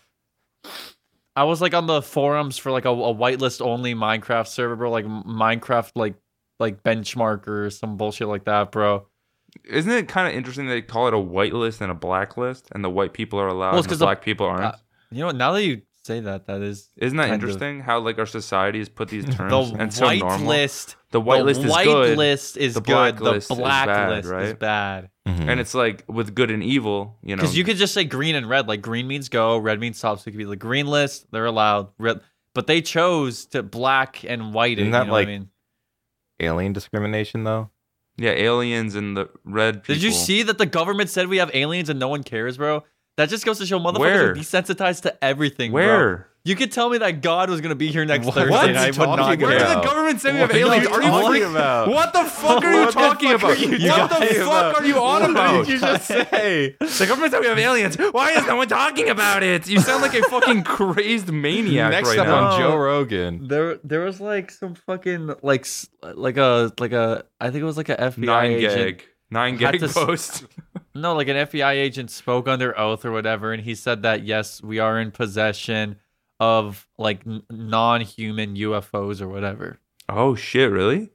[SPEAKER 3] I was like on the forums for like a, a whitelist only Minecraft server, bro. Like M- Minecraft, like like benchmark or some bullshit like that, bro.
[SPEAKER 1] isn't it kind of interesting they call it a whitelist and a blacklist and the white people are allowed
[SPEAKER 3] Well, it's
[SPEAKER 1] and the
[SPEAKER 3] 'cause the-
[SPEAKER 1] black people aren't
[SPEAKER 3] uh, You know, what? now that you say that, that is
[SPEAKER 1] isn't that
[SPEAKER 3] kind of.
[SPEAKER 1] interesting how like our society has put these terms
[SPEAKER 3] the
[SPEAKER 1] and so
[SPEAKER 3] white
[SPEAKER 1] normal
[SPEAKER 3] list.
[SPEAKER 1] the whitelist
[SPEAKER 3] the
[SPEAKER 1] is
[SPEAKER 3] white
[SPEAKER 1] good
[SPEAKER 3] list is
[SPEAKER 1] The
[SPEAKER 3] good.
[SPEAKER 1] blacklist
[SPEAKER 3] the
[SPEAKER 1] is
[SPEAKER 3] blacklist
[SPEAKER 1] bad,
[SPEAKER 3] is
[SPEAKER 1] right?
[SPEAKER 3] bad.
[SPEAKER 2] Mhm.
[SPEAKER 1] and it's like with good and evil you know
[SPEAKER 3] Because you could just say green and red. Like green means go, red means stop. So it could be the green list. They're allowed. Red, but they chose to black and white. it,
[SPEAKER 2] Isn't that
[SPEAKER 3] you know what I
[SPEAKER 2] like
[SPEAKER 3] mean?
[SPEAKER 2] Alien discrimination, though.
[SPEAKER 1] yeah aliens and the red people.
[SPEAKER 3] Did you see that the government said we have aliens and no one cares, bro? That just goes to show motherfuckers
[SPEAKER 1] Where?
[SPEAKER 3] are desensitized to everything. bro.
[SPEAKER 1] where
[SPEAKER 3] You could tell me that God was going to be here next Thursday,
[SPEAKER 2] What?
[SPEAKER 3] and I would not
[SPEAKER 2] Talking
[SPEAKER 1] Where
[SPEAKER 3] care.
[SPEAKER 1] did the
[SPEAKER 2] about-
[SPEAKER 1] government say we have
[SPEAKER 2] What are you
[SPEAKER 1] aliens? Are you
[SPEAKER 2] talking
[SPEAKER 1] freak-
[SPEAKER 2] about?
[SPEAKER 1] What the fuck are you
[SPEAKER 2] What the
[SPEAKER 1] talking
[SPEAKER 2] fuck are
[SPEAKER 1] about?
[SPEAKER 2] you
[SPEAKER 1] What the
[SPEAKER 2] talking
[SPEAKER 1] fuck
[SPEAKER 2] about?
[SPEAKER 1] are you on
[SPEAKER 2] What
[SPEAKER 1] about?
[SPEAKER 2] did you just say?
[SPEAKER 1] The government said we have aliens. Why is no one talking about it? You sound like a fucking crazed maniac
[SPEAKER 2] Next
[SPEAKER 1] right
[SPEAKER 2] up
[SPEAKER 1] now.
[SPEAKER 2] on
[SPEAKER 3] No.
[SPEAKER 2] Joe Rogan.
[SPEAKER 3] There, there was like some fucking like s- like a like a I think it was like a FBI
[SPEAKER 1] Nine
[SPEAKER 3] agent.
[SPEAKER 1] gag. Nine
[SPEAKER 3] Had
[SPEAKER 1] gag
[SPEAKER 3] to s-
[SPEAKER 1] post.
[SPEAKER 3] No, like an FBI agent spoke under oath or whatever, and he said that yes, we are in possession of like n- non-human UFOs or whatever.
[SPEAKER 1] Oh shit, really?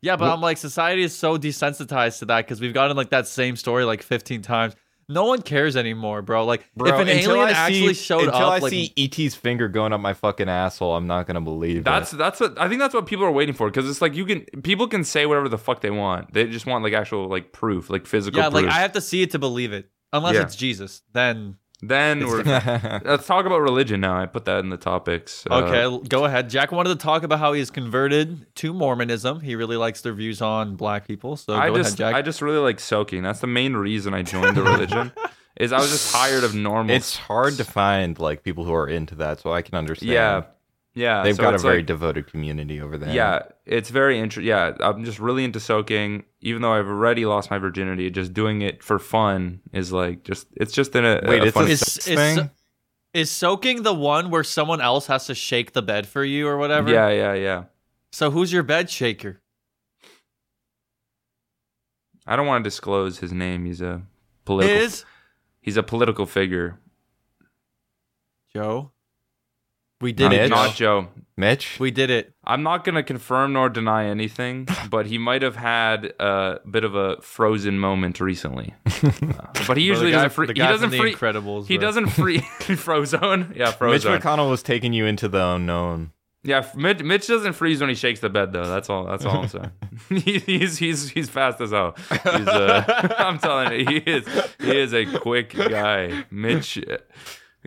[SPEAKER 3] Yeah, but I'm like, society is so desensitized to that because we've gotten like that same story like 15 times. No one cares anymore, bro. Like, if an
[SPEAKER 2] until
[SPEAKER 3] alien
[SPEAKER 2] I see-
[SPEAKER 3] actually showed
[SPEAKER 2] until
[SPEAKER 3] up,
[SPEAKER 2] I
[SPEAKER 3] like,
[SPEAKER 2] see ET's finger going up my fucking asshole, I'm not gonna believe
[SPEAKER 1] That's
[SPEAKER 2] it.
[SPEAKER 1] that's what I think that's what people are waiting for because it's like you can people can say whatever the fuck they want. They just want like actual like proof, like physical
[SPEAKER 3] yeah,
[SPEAKER 1] proof.
[SPEAKER 3] like I have to see it to believe it. Unless
[SPEAKER 1] Yeah.
[SPEAKER 3] it's Jesus, then
[SPEAKER 1] then we're let's talk about religion now. I put that in the topics. Uh,
[SPEAKER 3] okay, l- go ahead. Jack wanted to talk about how he's converted to Mormonism. He really likes their views on black people. So
[SPEAKER 1] I
[SPEAKER 3] go
[SPEAKER 1] just
[SPEAKER 3] ahead,
[SPEAKER 1] I
[SPEAKER 3] Jack.
[SPEAKER 1] just really like soaking. That's the main reason I joined the religion. is I was just tired of normal.
[SPEAKER 2] it's hard to find like people who are into that, so I can understand.
[SPEAKER 1] yeah, yeah.
[SPEAKER 2] they've
[SPEAKER 1] so
[SPEAKER 2] got a
[SPEAKER 1] it's
[SPEAKER 2] very
[SPEAKER 1] like-
[SPEAKER 2] devoted community over there.
[SPEAKER 1] Yeah, it's very interesting. Yeah, I'm just really into soaking. Even though I've already lost my virginity, just doing it for fun is like just it's just in a
[SPEAKER 2] Wait,
[SPEAKER 1] uh, a
[SPEAKER 2] it's
[SPEAKER 1] fun-
[SPEAKER 2] a
[SPEAKER 3] Is-
[SPEAKER 2] sex
[SPEAKER 3] is-
[SPEAKER 2] thing.
[SPEAKER 3] Is soaking the one where someone else has to shake the bed for you or whatever?
[SPEAKER 1] yeah, yeah, yeah.
[SPEAKER 3] So who's your bed shaker?
[SPEAKER 1] I don't want to disclose his name. He's a political.
[SPEAKER 3] Is
[SPEAKER 1] He's a political figure.
[SPEAKER 3] Joe? We did
[SPEAKER 2] Not
[SPEAKER 3] it.
[SPEAKER 2] Mitch.
[SPEAKER 1] Not
[SPEAKER 3] Joe.
[SPEAKER 1] Joe.
[SPEAKER 2] Mitch,
[SPEAKER 3] We did it.
[SPEAKER 1] I'm not gonna confirm nor deny anything, but he might have had a bit of a frozen moment recently. Uh, but he usually doesn't free. He doesn't free.
[SPEAKER 3] Incredibles.
[SPEAKER 1] He doesn't free. Frozone. Yeah,
[SPEAKER 2] Mitch
[SPEAKER 1] Frozone.
[SPEAKER 2] McConnell was taking you into the unknown.
[SPEAKER 1] Yeah, f- Mitch, Mitch doesn't freeze when he shakes the bed though. That's all. That's all I'm saying. He- he's he's he's fast as hell. He's, uh, I'm telling you, he is he is a quick guy. Mitch, uh,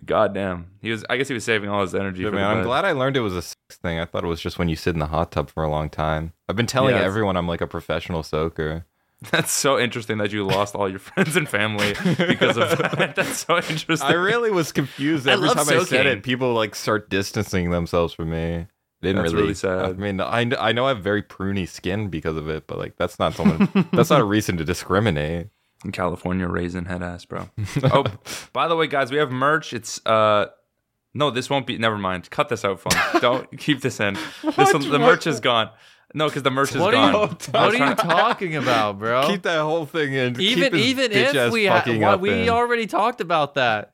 [SPEAKER 1] goddamn, he was. I guess he was saving all his energy.
[SPEAKER 2] But
[SPEAKER 1] for
[SPEAKER 2] man,
[SPEAKER 1] the
[SPEAKER 2] I'm
[SPEAKER 1] bed.
[SPEAKER 2] glad I learned it was a sex thing. I thought it was just when you sit in the hot tub for a long time. I've been telling
[SPEAKER 1] Yeah, it's-
[SPEAKER 2] everyone I'm like a professional soaker.
[SPEAKER 1] That's so interesting that you lost all your friends and family because of that. That's so interesting.
[SPEAKER 2] I really was confused
[SPEAKER 1] I
[SPEAKER 2] every
[SPEAKER 1] love
[SPEAKER 2] time I said
[SPEAKER 1] soaking.
[SPEAKER 2] it. People like start distancing themselves from me. I Didn't
[SPEAKER 1] That's
[SPEAKER 2] really.
[SPEAKER 1] really sad.
[SPEAKER 2] I mean, I, kn- I know I have very pruny skin because of it, but like that's not someone. that's not a reason to discriminate.
[SPEAKER 1] in California raisin head ass, bro. oh, by the way, guys, we have merch. It's uh, no, this won't be. Never mind. Cut this out, fun. Don't keep this in. This one, the merch is gone. No, because the merch is
[SPEAKER 3] What
[SPEAKER 1] gone.
[SPEAKER 3] are you?
[SPEAKER 1] I was
[SPEAKER 3] What are you
[SPEAKER 1] trying-
[SPEAKER 3] talking about, bro?
[SPEAKER 2] Keep that whole thing in.
[SPEAKER 3] even even if we ha-
[SPEAKER 2] fucking
[SPEAKER 3] what-
[SPEAKER 2] up
[SPEAKER 3] we
[SPEAKER 2] in.
[SPEAKER 3] already talked about that.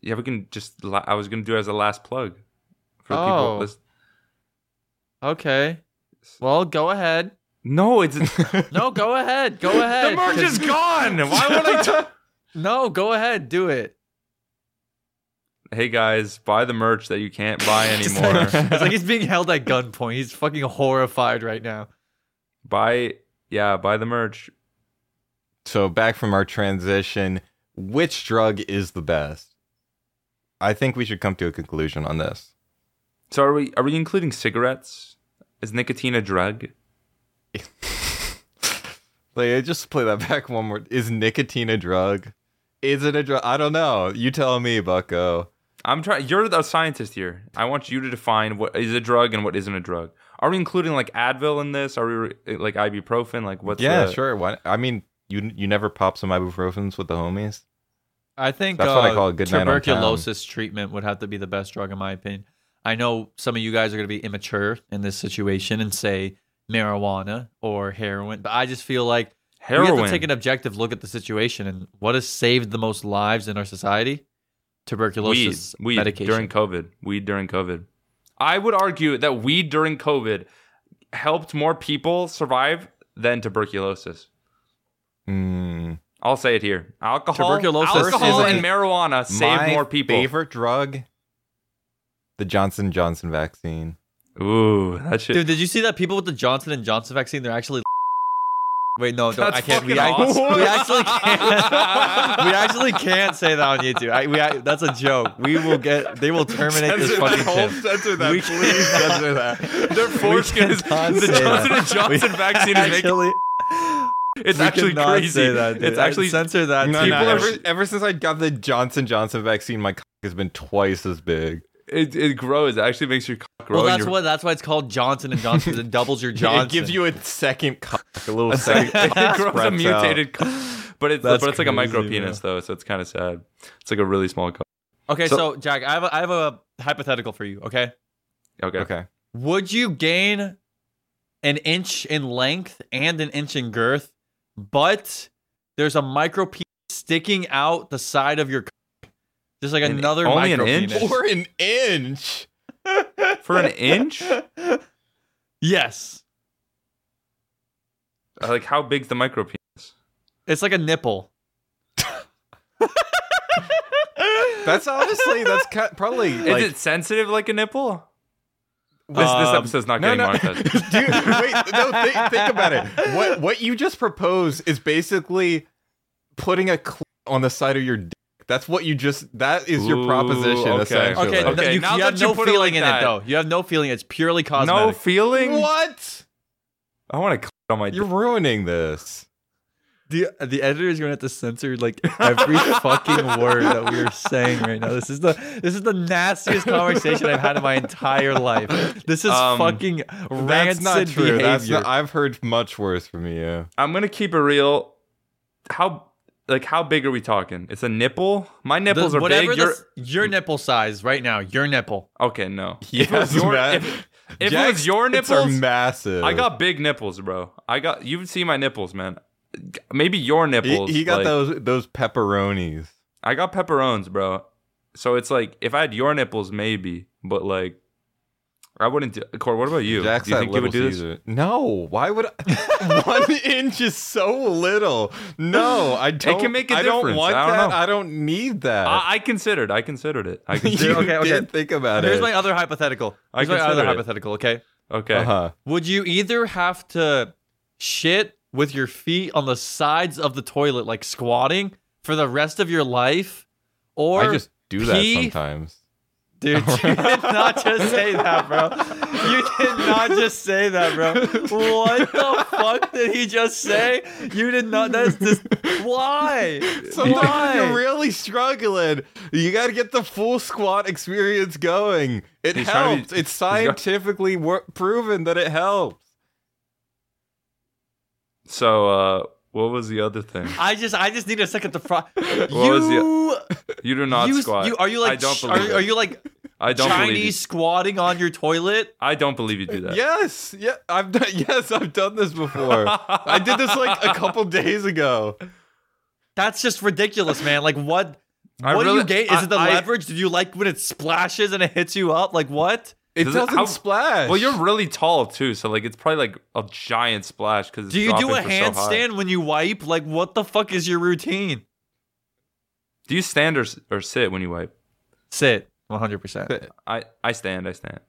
[SPEAKER 1] Yeah, we can just. la- I was gonna do it as a last plug for
[SPEAKER 3] Oh.
[SPEAKER 1] people. Let's-
[SPEAKER 3] Okay. Well, go ahead.
[SPEAKER 1] No, it's
[SPEAKER 3] No, go ahead. Go ahead.
[SPEAKER 1] the merch
[SPEAKER 3] 'Cause-
[SPEAKER 1] is gone. Why would I? T-
[SPEAKER 3] no, go ahead. Do it.
[SPEAKER 1] hey guys, buy the merch that you can't buy
[SPEAKER 3] It's
[SPEAKER 1] anymore.
[SPEAKER 3] like, it's like he's being held at gunpoint. He's fucking horrified right now.
[SPEAKER 1] buy yeah, buy the merch.
[SPEAKER 2] So back from our transition, which drug is the best? I think we should come to a conclusion on this.
[SPEAKER 1] So are we are we including cigarettes? Is nicotine a drug?
[SPEAKER 2] Like, just play that back one more. Is nicotine a drug? Is it a drug? I don't know. You tell me, Bucko.
[SPEAKER 1] I'm trying. You're the scientist here. I want you to define what is a drug and what isn't a drug. Are we including like Advil in this? Are we re- like ibuprofen? Like what's
[SPEAKER 2] yeah,
[SPEAKER 1] the-
[SPEAKER 2] sure. Why? I mean, you you never pop some ibuprofens with the homies.
[SPEAKER 3] I think
[SPEAKER 2] That's what I
[SPEAKER 3] uh,
[SPEAKER 2] call a good night on town.
[SPEAKER 3] tuberculosis treatment would have to be the best drug in my opinion. I know some of you guys are going to be immature in this situation and say marijuana or heroin, but I just feel like we have
[SPEAKER 1] heroin?
[SPEAKER 3] to take an objective look at the situation and what has saved the most lives in our society?
[SPEAKER 1] weed,
[SPEAKER 3] Tuberculosis
[SPEAKER 1] weed
[SPEAKER 3] medication.
[SPEAKER 1] during COVID. Weed during COVID. I would argue that weed during COVID helped more people survive than tuberculosis.
[SPEAKER 2] Mm.
[SPEAKER 1] I'll say it here. Alcohol,
[SPEAKER 3] Tuberculosis
[SPEAKER 1] alcohol
[SPEAKER 2] is a-
[SPEAKER 1] and marijuana save
[SPEAKER 2] My
[SPEAKER 1] more people.
[SPEAKER 2] Favorite drug? The Johnson Johnson vaccine.
[SPEAKER 1] Ooh, that shit.
[SPEAKER 3] Dude, did you see that people with the Johnson and Johnson vaccine? They're actually. Wait, no, don't,
[SPEAKER 1] That's
[SPEAKER 3] I can't. We,
[SPEAKER 1] fucking
[SPEAKER 3] act-
[SPEAKER 1] awesome.
[SPEAKER 3] we actually can't. we actually can't say that on YouTube. I, we, I, that's a joke. We will get. They will terminate this fucking chip.
[SPEAKER 2] censor that.
[SPEAKER 3] We
[SPEAKER 2] please censor that.
[SPEAKER 1] Their foreskin is the
[SPEAKER 3] cannot say
[SPEAKER 1] Johnson and Johnson vaccine is making
[SPEAKER 3] Actually,
[SPEAKER 1] it's
[SPEAKER 3] we
[SPEAKER 1] actually
[SPEAKER 3] cannot
[SPEAKER 1] crazy.
[SPEAKER 3] Say that, dude.
[SPEAKER 1] it's actually
[SPEAKER 3] I'd censor that.
[SPEAKER 2] No,
[SPEAKER 3] too.
[SPEAKER 2] no,
[SPEAKER 1] People are-
[SPEAKER 2] ever, ever since I got the Johnson Johnson vaccine, my cock has been twice as big.
[SPEAKER 1] It, it grows. It actually makes your cock grow.
[SPEAKER 3] Well,
[SPEAKER 1] and
[SPEAKER 3] that's
[SPEAKER 1] your-
[SPEAKER 3] what that's why it's called Johnson and Johnson. 'cause it doubles your Johnson.
[SPEAKER 2] It gives you a second cock, a little
[SPEAKER 1] It's like-
[SPEAKER 2] second.
[SPEAKER 1] it grows a
[SPEAKER 2] sprouts
[SPEAKER 1] mutated cock. But it's
[SPEAKER 3] That's
[SPEAKER 1] but it's like a micro
[SPEAKER 3] crazy,
[SPEAKER 1] penis though, so it's kind of sad. It's like a really small cock.
[SPEAKER 3] okay, so,
[SPEAKER 2] So-
[SPEAKER 3] Jack, I have a, I have a hypothetical for you. Okay,
[SPEAKER 1] Okay.
[SPEAKER 2] out. Okay.
[SPEAKER 3] would you gain an inch in length and an inch in girth, but there's a micro penis sticking out the side of your cock? just like
[SPEAKER 1] An-
[SPEAKER 3] another
[SPEAKER 1] only an
[SPEAKER 3] micro
[SPEAKER 1] inch?
[SPEAKER 3] penis?
[SPEAKER 2] Or an inch.
[SPEAKER 1] For an inch, Uh,
[SPEAKER 3] Yes,
[SPEAKER 1] like how big's the micro penis?
[SPEAKER 3] it's like a nipple.
[SPEAKER 2] That's honestly that's ki- probably like
[SPEAKER 1] Is it sensitive like a nipple? This, this
[SPEAKER 3] Um,
[SPEAKER 1] episode's not getting monetized.
[SPEAKER 2] Dude, wait, no, think, think about it. What what you just proposed is basically putting a clip on the side of your dick. That's what you just that is your
[SPEAKER 1] Ooh,
[SPEAKER 2] proposition
[SPEAKER 1] okay.
[SPEAKER 2] essentially.
[SPEAKER 3] Okay,
[SPEAKER 1] Okay,
[SPEAKER 3] no, you,
[SPEAKER 1] now
[SPEAKER 3] you have
[SPEAKER 1] that you
[SPEAKER 3] no
[SPEAKER 1] put it
[SPEAKER 3] feeling
[SPEAKER 1] like
[SPEAKER 3] in
[SPEAKER 1] that-
[SPEAKER 3] it though. You have no feeling. It's purely
[SPEAKER 1] No
[SPEAKER 3] cosmetic.
[SPEAKER 1] feeling.
[SPEAKER 2] What?
[SPEAKER 1] I want to on my.
[SPEAKER 2] You're
[SPEAKER 1] Dick.
[SPEAKER 2] ruining this.
[SPEAKER 3] the the editor is going to have to censor like every fucking word that we are saying right now. This is the this is the nastiest conversation I've had in my entire life. This is
[SPEAKER 1] Um,
[SPEAKER 3] fucking rancid
[SPEAKER 2] That's not true. That's
[SPEAKER 3] behavior.
[SPEAKER 2] not, I've heard much worse from you.
[SPEAKER 1] I'm gonna keep it real. How like how big are we talking? It's a nipple. My
[SPEAKER 3] The-
[SPEAKER 1] nipples are big.
[SPEAKER 3] whatever
[SPEAKER 1] Your
[SPEAKER 3] the- your nipple size right now. Your nipple.
[SPEAKER 1] okay, no.
[SPEAKER 2] Yes,
[SPEAKER 1] if it was your,
[SPEAKER 2] Matt.
[SPEAKER 1] if, if it
[SPEAKER 2] Jack's
[SPEAKER 1] was your
[SPEAKER 2] tits are
[SPEAKER 1] nipples,
[SPEAKER 2] massive.
[SPEAKER 1] I got big nipples, bro. I got you've seen my nipples, man. Maybe your
[SPEAKER 2] He,
[SPEAKER 1] nipples.
[SPEAKER 2] he got
[SPEAKER 1] like-
[SPEAKER 2] those those pepperonis.
[SPEAKER 1] I got pepperones, bro. So it's like if I had your nipples, maybe, but like I wouldn't do. Core, what about you?
[SPEAKER 2] Jack's
[SPEAKER 1] do you
[SPEAKER 2] at
[SPEAKER 1] think you would
[SPEAKER 2] Little
[SPEAKER 1] do this?
[SPEAKER 2] Caesar. No, why would I? one inch is so little? No, I don't.
[SPEAKER 1] can make a
[SPEAKER 2] I don't
[SPEAKER 1] difference.
[SPEAKER 2] want
[SPEAKER 1] I don't
[SPEAKER 2] that.
[SPEAKER 1] know.
[SPEAKER 2] I don't need that.
[SPEAKER 1] I, I considered. I considered it. I
[SPEAKER 2] you
[SPEAKER 1] considered.
[SPEAKER 3] okay, okay.
[SPEAKER 2] did think about
[SPEAKER 3] Here's
[SPEAKER 2] it.
[SPEAKER 3] my other hypothetical.
[SPEAKER 1] I
[SPEAKER 3] Here's my other
[SPEAKER 1] consider it.
[SPEAKER 3] hypothetical. Okay.
[SPEAKER 1] okay.
[SPEAKER 2] uh-huh.
[SPEAKER 3] Would you either have to shit with your feet on the sides of the toilet, like squatting, for the rest of your life, or
[SPEAKER 2] I just do that
[SPEAKER 3] pee-
[SPEAKER 2] sometimes.
[SPEAKER 3] Dude, you did not just say that, bro. You did not just say that, bro. What the fuck did he just say? You did not. That's just why.
[SPEAKER 2] Sometimes
[SPEAKER 3] why?
[SPEAKER 2] you're really struggling. You got to get the full squat experience going. It
[SPEAKER 1] He's trying to be-
[SPEAKER 2] helps. it's
[SPEAKER 1] got-
[SPEAKER 2] scientifically wor- proven that it helps.
[SPEAKER 1] So uh, what was the other thing?
[SPEAKER 3] I just, I just need a second to fry. You,
[SPEAKER 1] was the- You do not
[SPEAKER 3] you,
[SPEAKER 1] squat.
[SPEAKER 3] you- are you like,
[SPEAKER 1] I don't
[SPEAKER 3] sh-
[SPEAKER 1] believe.
[SPEAKER 3] are, are
[SPEAKER 1] it.
[SPEAKER 3] you like
[SPEAKER 1] I don't believe. You,
[SPEAKER 3] Chinese squatting on your toilet?
[SPEAKER 1] I don't believe you do that.
[SPEAKER 2] Yes, yeah, I've done. Yes, I've done this before. I did this like a couple days ago.
[SPEAKER 3] That's just ridiculous, man. Like what?
[SPEAKER 1] I
[SPEAKER 3] what do you
[SPEAKER 1] really-
[SPEAKER 3] gain? Is
[SPEAKER 1] I-
[SPEAKER 3] it the
[SPEAKER 1] I-
[SPEAKER 3] leverage? Do you like when it splashes and it hits you up? Like what?
[SPEAKER 2] It
[SPEAKER 1] Does it-
[SPEAKER 2] doesn't
[SPEAKER 1] how-
[SPEAKER 2] splash.
[SPEAKER 1] Well, you're really tall too, so like it's probably like a giant splash. Because
[SPEAKER 3] Do you do a handstand when you wipe? Like, what the fuck is your routine?
[SPEAKER 1] do you stand or s- or sit when you wipe?
[SPEAKER 3] Sit. 100%.
[SPEAKER 1] I I stand. I stand.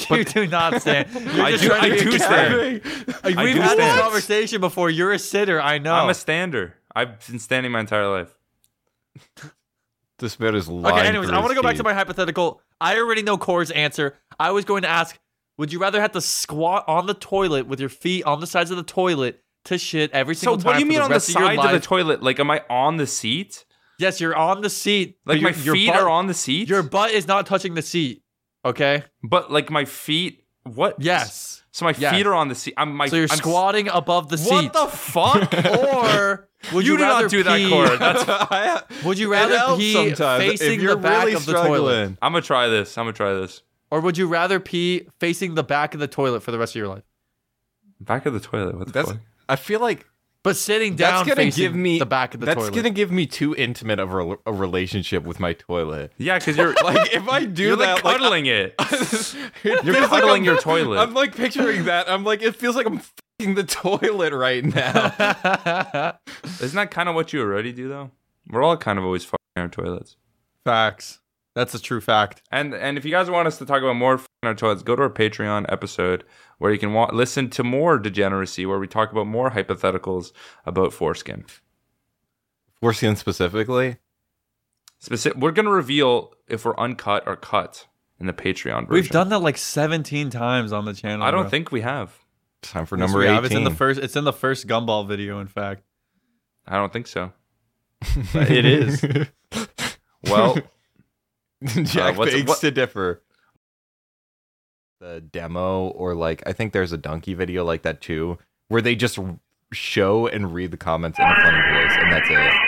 [SPEAKER 3] You do not stand. You're
[SPEAKER 1] I
[SPEAKER 3] just
[SPEAKER 1] do-
[SPEAKER 3] trying to
[SPEAKER 1] I
[SPEAKER 3] be
[SPEAKER 1] do
[SPEAKER 3] a
[SPEAKER 1] stand.
[SPEAKER 3] cat. Like,
[SPEAKER 1] I
[SPEAKER 3] we've
[SPEAKER 1] do
[SPEAKER 3] had
[SPEAKER 1] stand.
[SPEAKER 3] this conversation before. You're a sitter. I know.
[SPEAKER 1] I'm a stander. I've been standing my entire life.
[SPEAKER 2] This man is lying.
[SPEAKER 3] okay, anyways,
[SPEAKER 2] through
[SPEAKER 3] I want to
[SPEAKER 2] his
[SPEAKER 3] go back to
[SPEAKER 2] teeth.
[SPEAKER 3] my hypothetical. I already know Core's answer. I was going to ask would you rather have to squat on the toilet with your feet on the sides of the toilet to shit every
[SPEAKER 1] So
[SPEAKER 3] single time?
[SPEAKER 1] what do you
[SPEAKER 3] for
[SPEAKER 1] mean on the
[SPEAKER 3] rest of your
[SPEAKER 1] sides of the
[SPEAKER 3] life?
[SPEAKER 1] toilet? Like, am I on the seat?
[SPEAKER 3] Yes, you're on the seat. but
[SPEAKER 1] Like
[SPEAKER 3] your-
[SPEAKER 1] my
[SPEAKER 3] your
[SPEAKER 1] feet
[SPEAKER 3] butt-
[SPEAKER 1] are on the seat.
[SPEAKER 3] Your butt is not touching the seat. Okay?
[SPEAKER 1] but like my feet. What?
[SPEAKER 3] Yes.
[SPEAKER 1] So my
[SPEAKER 3] Yes.
[SPEAKER 1] feet are on the seat. I'm my.
[SPEAKER 3] So you're
[SPEAKER 1] I'm,
[SPEAKER 3] squatting above the
[SPEAKER 1] What
[SPEAKER 3] seat.
[SPEAKER 1] the fuck?
[SPEAKER 3] or would you,
[SPEAKER 1] you do
[SPEAKER 3] rather
[SPEAKER 1] not do that,
[SPEAKER 3] pee-
[SPEAKER 1] Cora. That's.
[SPEAKER 2] I-
[SPEAKER 3] Would you rather
[SPEAKER 2] it helps
[SPEAKER 3] pee
[SPEAKER 2] sometimes if
[SPEAKER 3] facing
[SPEAKER 2] you're
[SPEAKER 3] the back
[SPEAKER 2] really
[SPEAKER 3] of the toilet,
[SPEAKER 2] struggling.
[SPEAKER 1] I'm gonna try this. I'm gonna try this.
[SPEAKER 3] or would you rather pee facing the back of the toilet for the rest of your life?
[SPEAKER 1] Back of the toilet. What the
[SPEAKER 2] That's.
[SPEAKER 1] fuck?
[SPEAKER 2] I feel like
[SPEAKER 3] But sitting
[SPEAKER 2] that's
[SPEAKER 3] down
[SPEAKER 2] gonna
[SPEAKER 3] facing
[SPEAKER 2] give me
[SPEAKER 3] the back of the
[SPEAKER 2] that's
[SPEAKER 3] toilet.
[SPEAKER 2] gonna give me too intimate of a, rel- a relationship with my toilet.
[SPEAKER 1] Yeah, because you're
[SPEAKER 2] Like if I do
[SPEAKER 1] you're like
[SPEAKER 2] that, like,
[SPEAKER 1] cuddling it.
[SPEAKER 2] it
[SPEAKER 1] You're
[SPEAKER 2] feels like
[SPEAKER 1] cuddling
[SPEAKER 2] I'm-
[SPEAKER 1] your toilet.
[SPEAKER 2] I'm like picturing that. I'm like, it feels like I'm fucking the toilet right now.
[SPEAKER 1] Isn't that kind of what you already do though? We're all kind of always fucking our toilets.
[SPEAKER 3] Facts. That's a true fact.
[SPEAKER 1] And and if you guys want us to talk about more f***ing our toilets, go to our Patreon episode where you can wa- listen to more degeneracy, where we talk about more hypotheticals about foreskin.
[SPEAKER 2] Foreskin specifically.
[SPEAKER 1] Specific, we're gonna reveal if we're uncut or cut in the Patreon version.
[SPEAKER 3] We've done that like 17 times on the channel.
[SPEAKER 1] I don't
[SPEAKER 3] bro.
[SPEAKER 1] think we have.
[SPEAKER 2] Time for
[SPEAKER 3] Yes,
[SPEAKER 2] number
[SPEAKER 3] we
[SPEAKER 2] eighteen.
[SPEAKER 3] have. It's in the first. It's in the first Gumball video. In fact,
[SPEAKER 1] I don't think so.
[SPEAKER 2] Uh,
[SPEAKER 3] it is.
[SPEAKER 1] Well,
[SPEAKER 2] Jack
[SPEAKER 1] what's-
[SPEAKER 2] begs
[SPEAKER 1] what-
[SPEAKER 2] to differ. The demo, or like, I think there's a donkey video like that too, where they just show and read the comments in a funny voice, and that's it.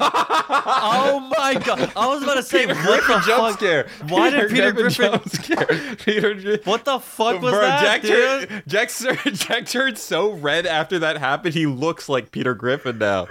[SPEAKER 3] Oh my god! I was about to say,
[SPEAKER 2] Peter
[SPEAKER 3] what
[SPEAKER 2] Griffin
[SPEAKER 3] the
[SPEAKER 2] jump
[SPEAKER 3] fuck?
[SPEAKER 2] scare.
[SPEAKER 3] Why did Peter Griffin-
[SPEAKER 2] jump scare? Peter Griffin.
[SPEAKER 3] What the fuck was
[SPEAKER 2] Bro,
[SPEAKER 3] that,
[SPEAKER 2] Jack
[SPEAKER 3] dude?
[SPEAKER 2] turned- Jack, sur- Jack turned so red after that happened. He looks like Peter Griffin now.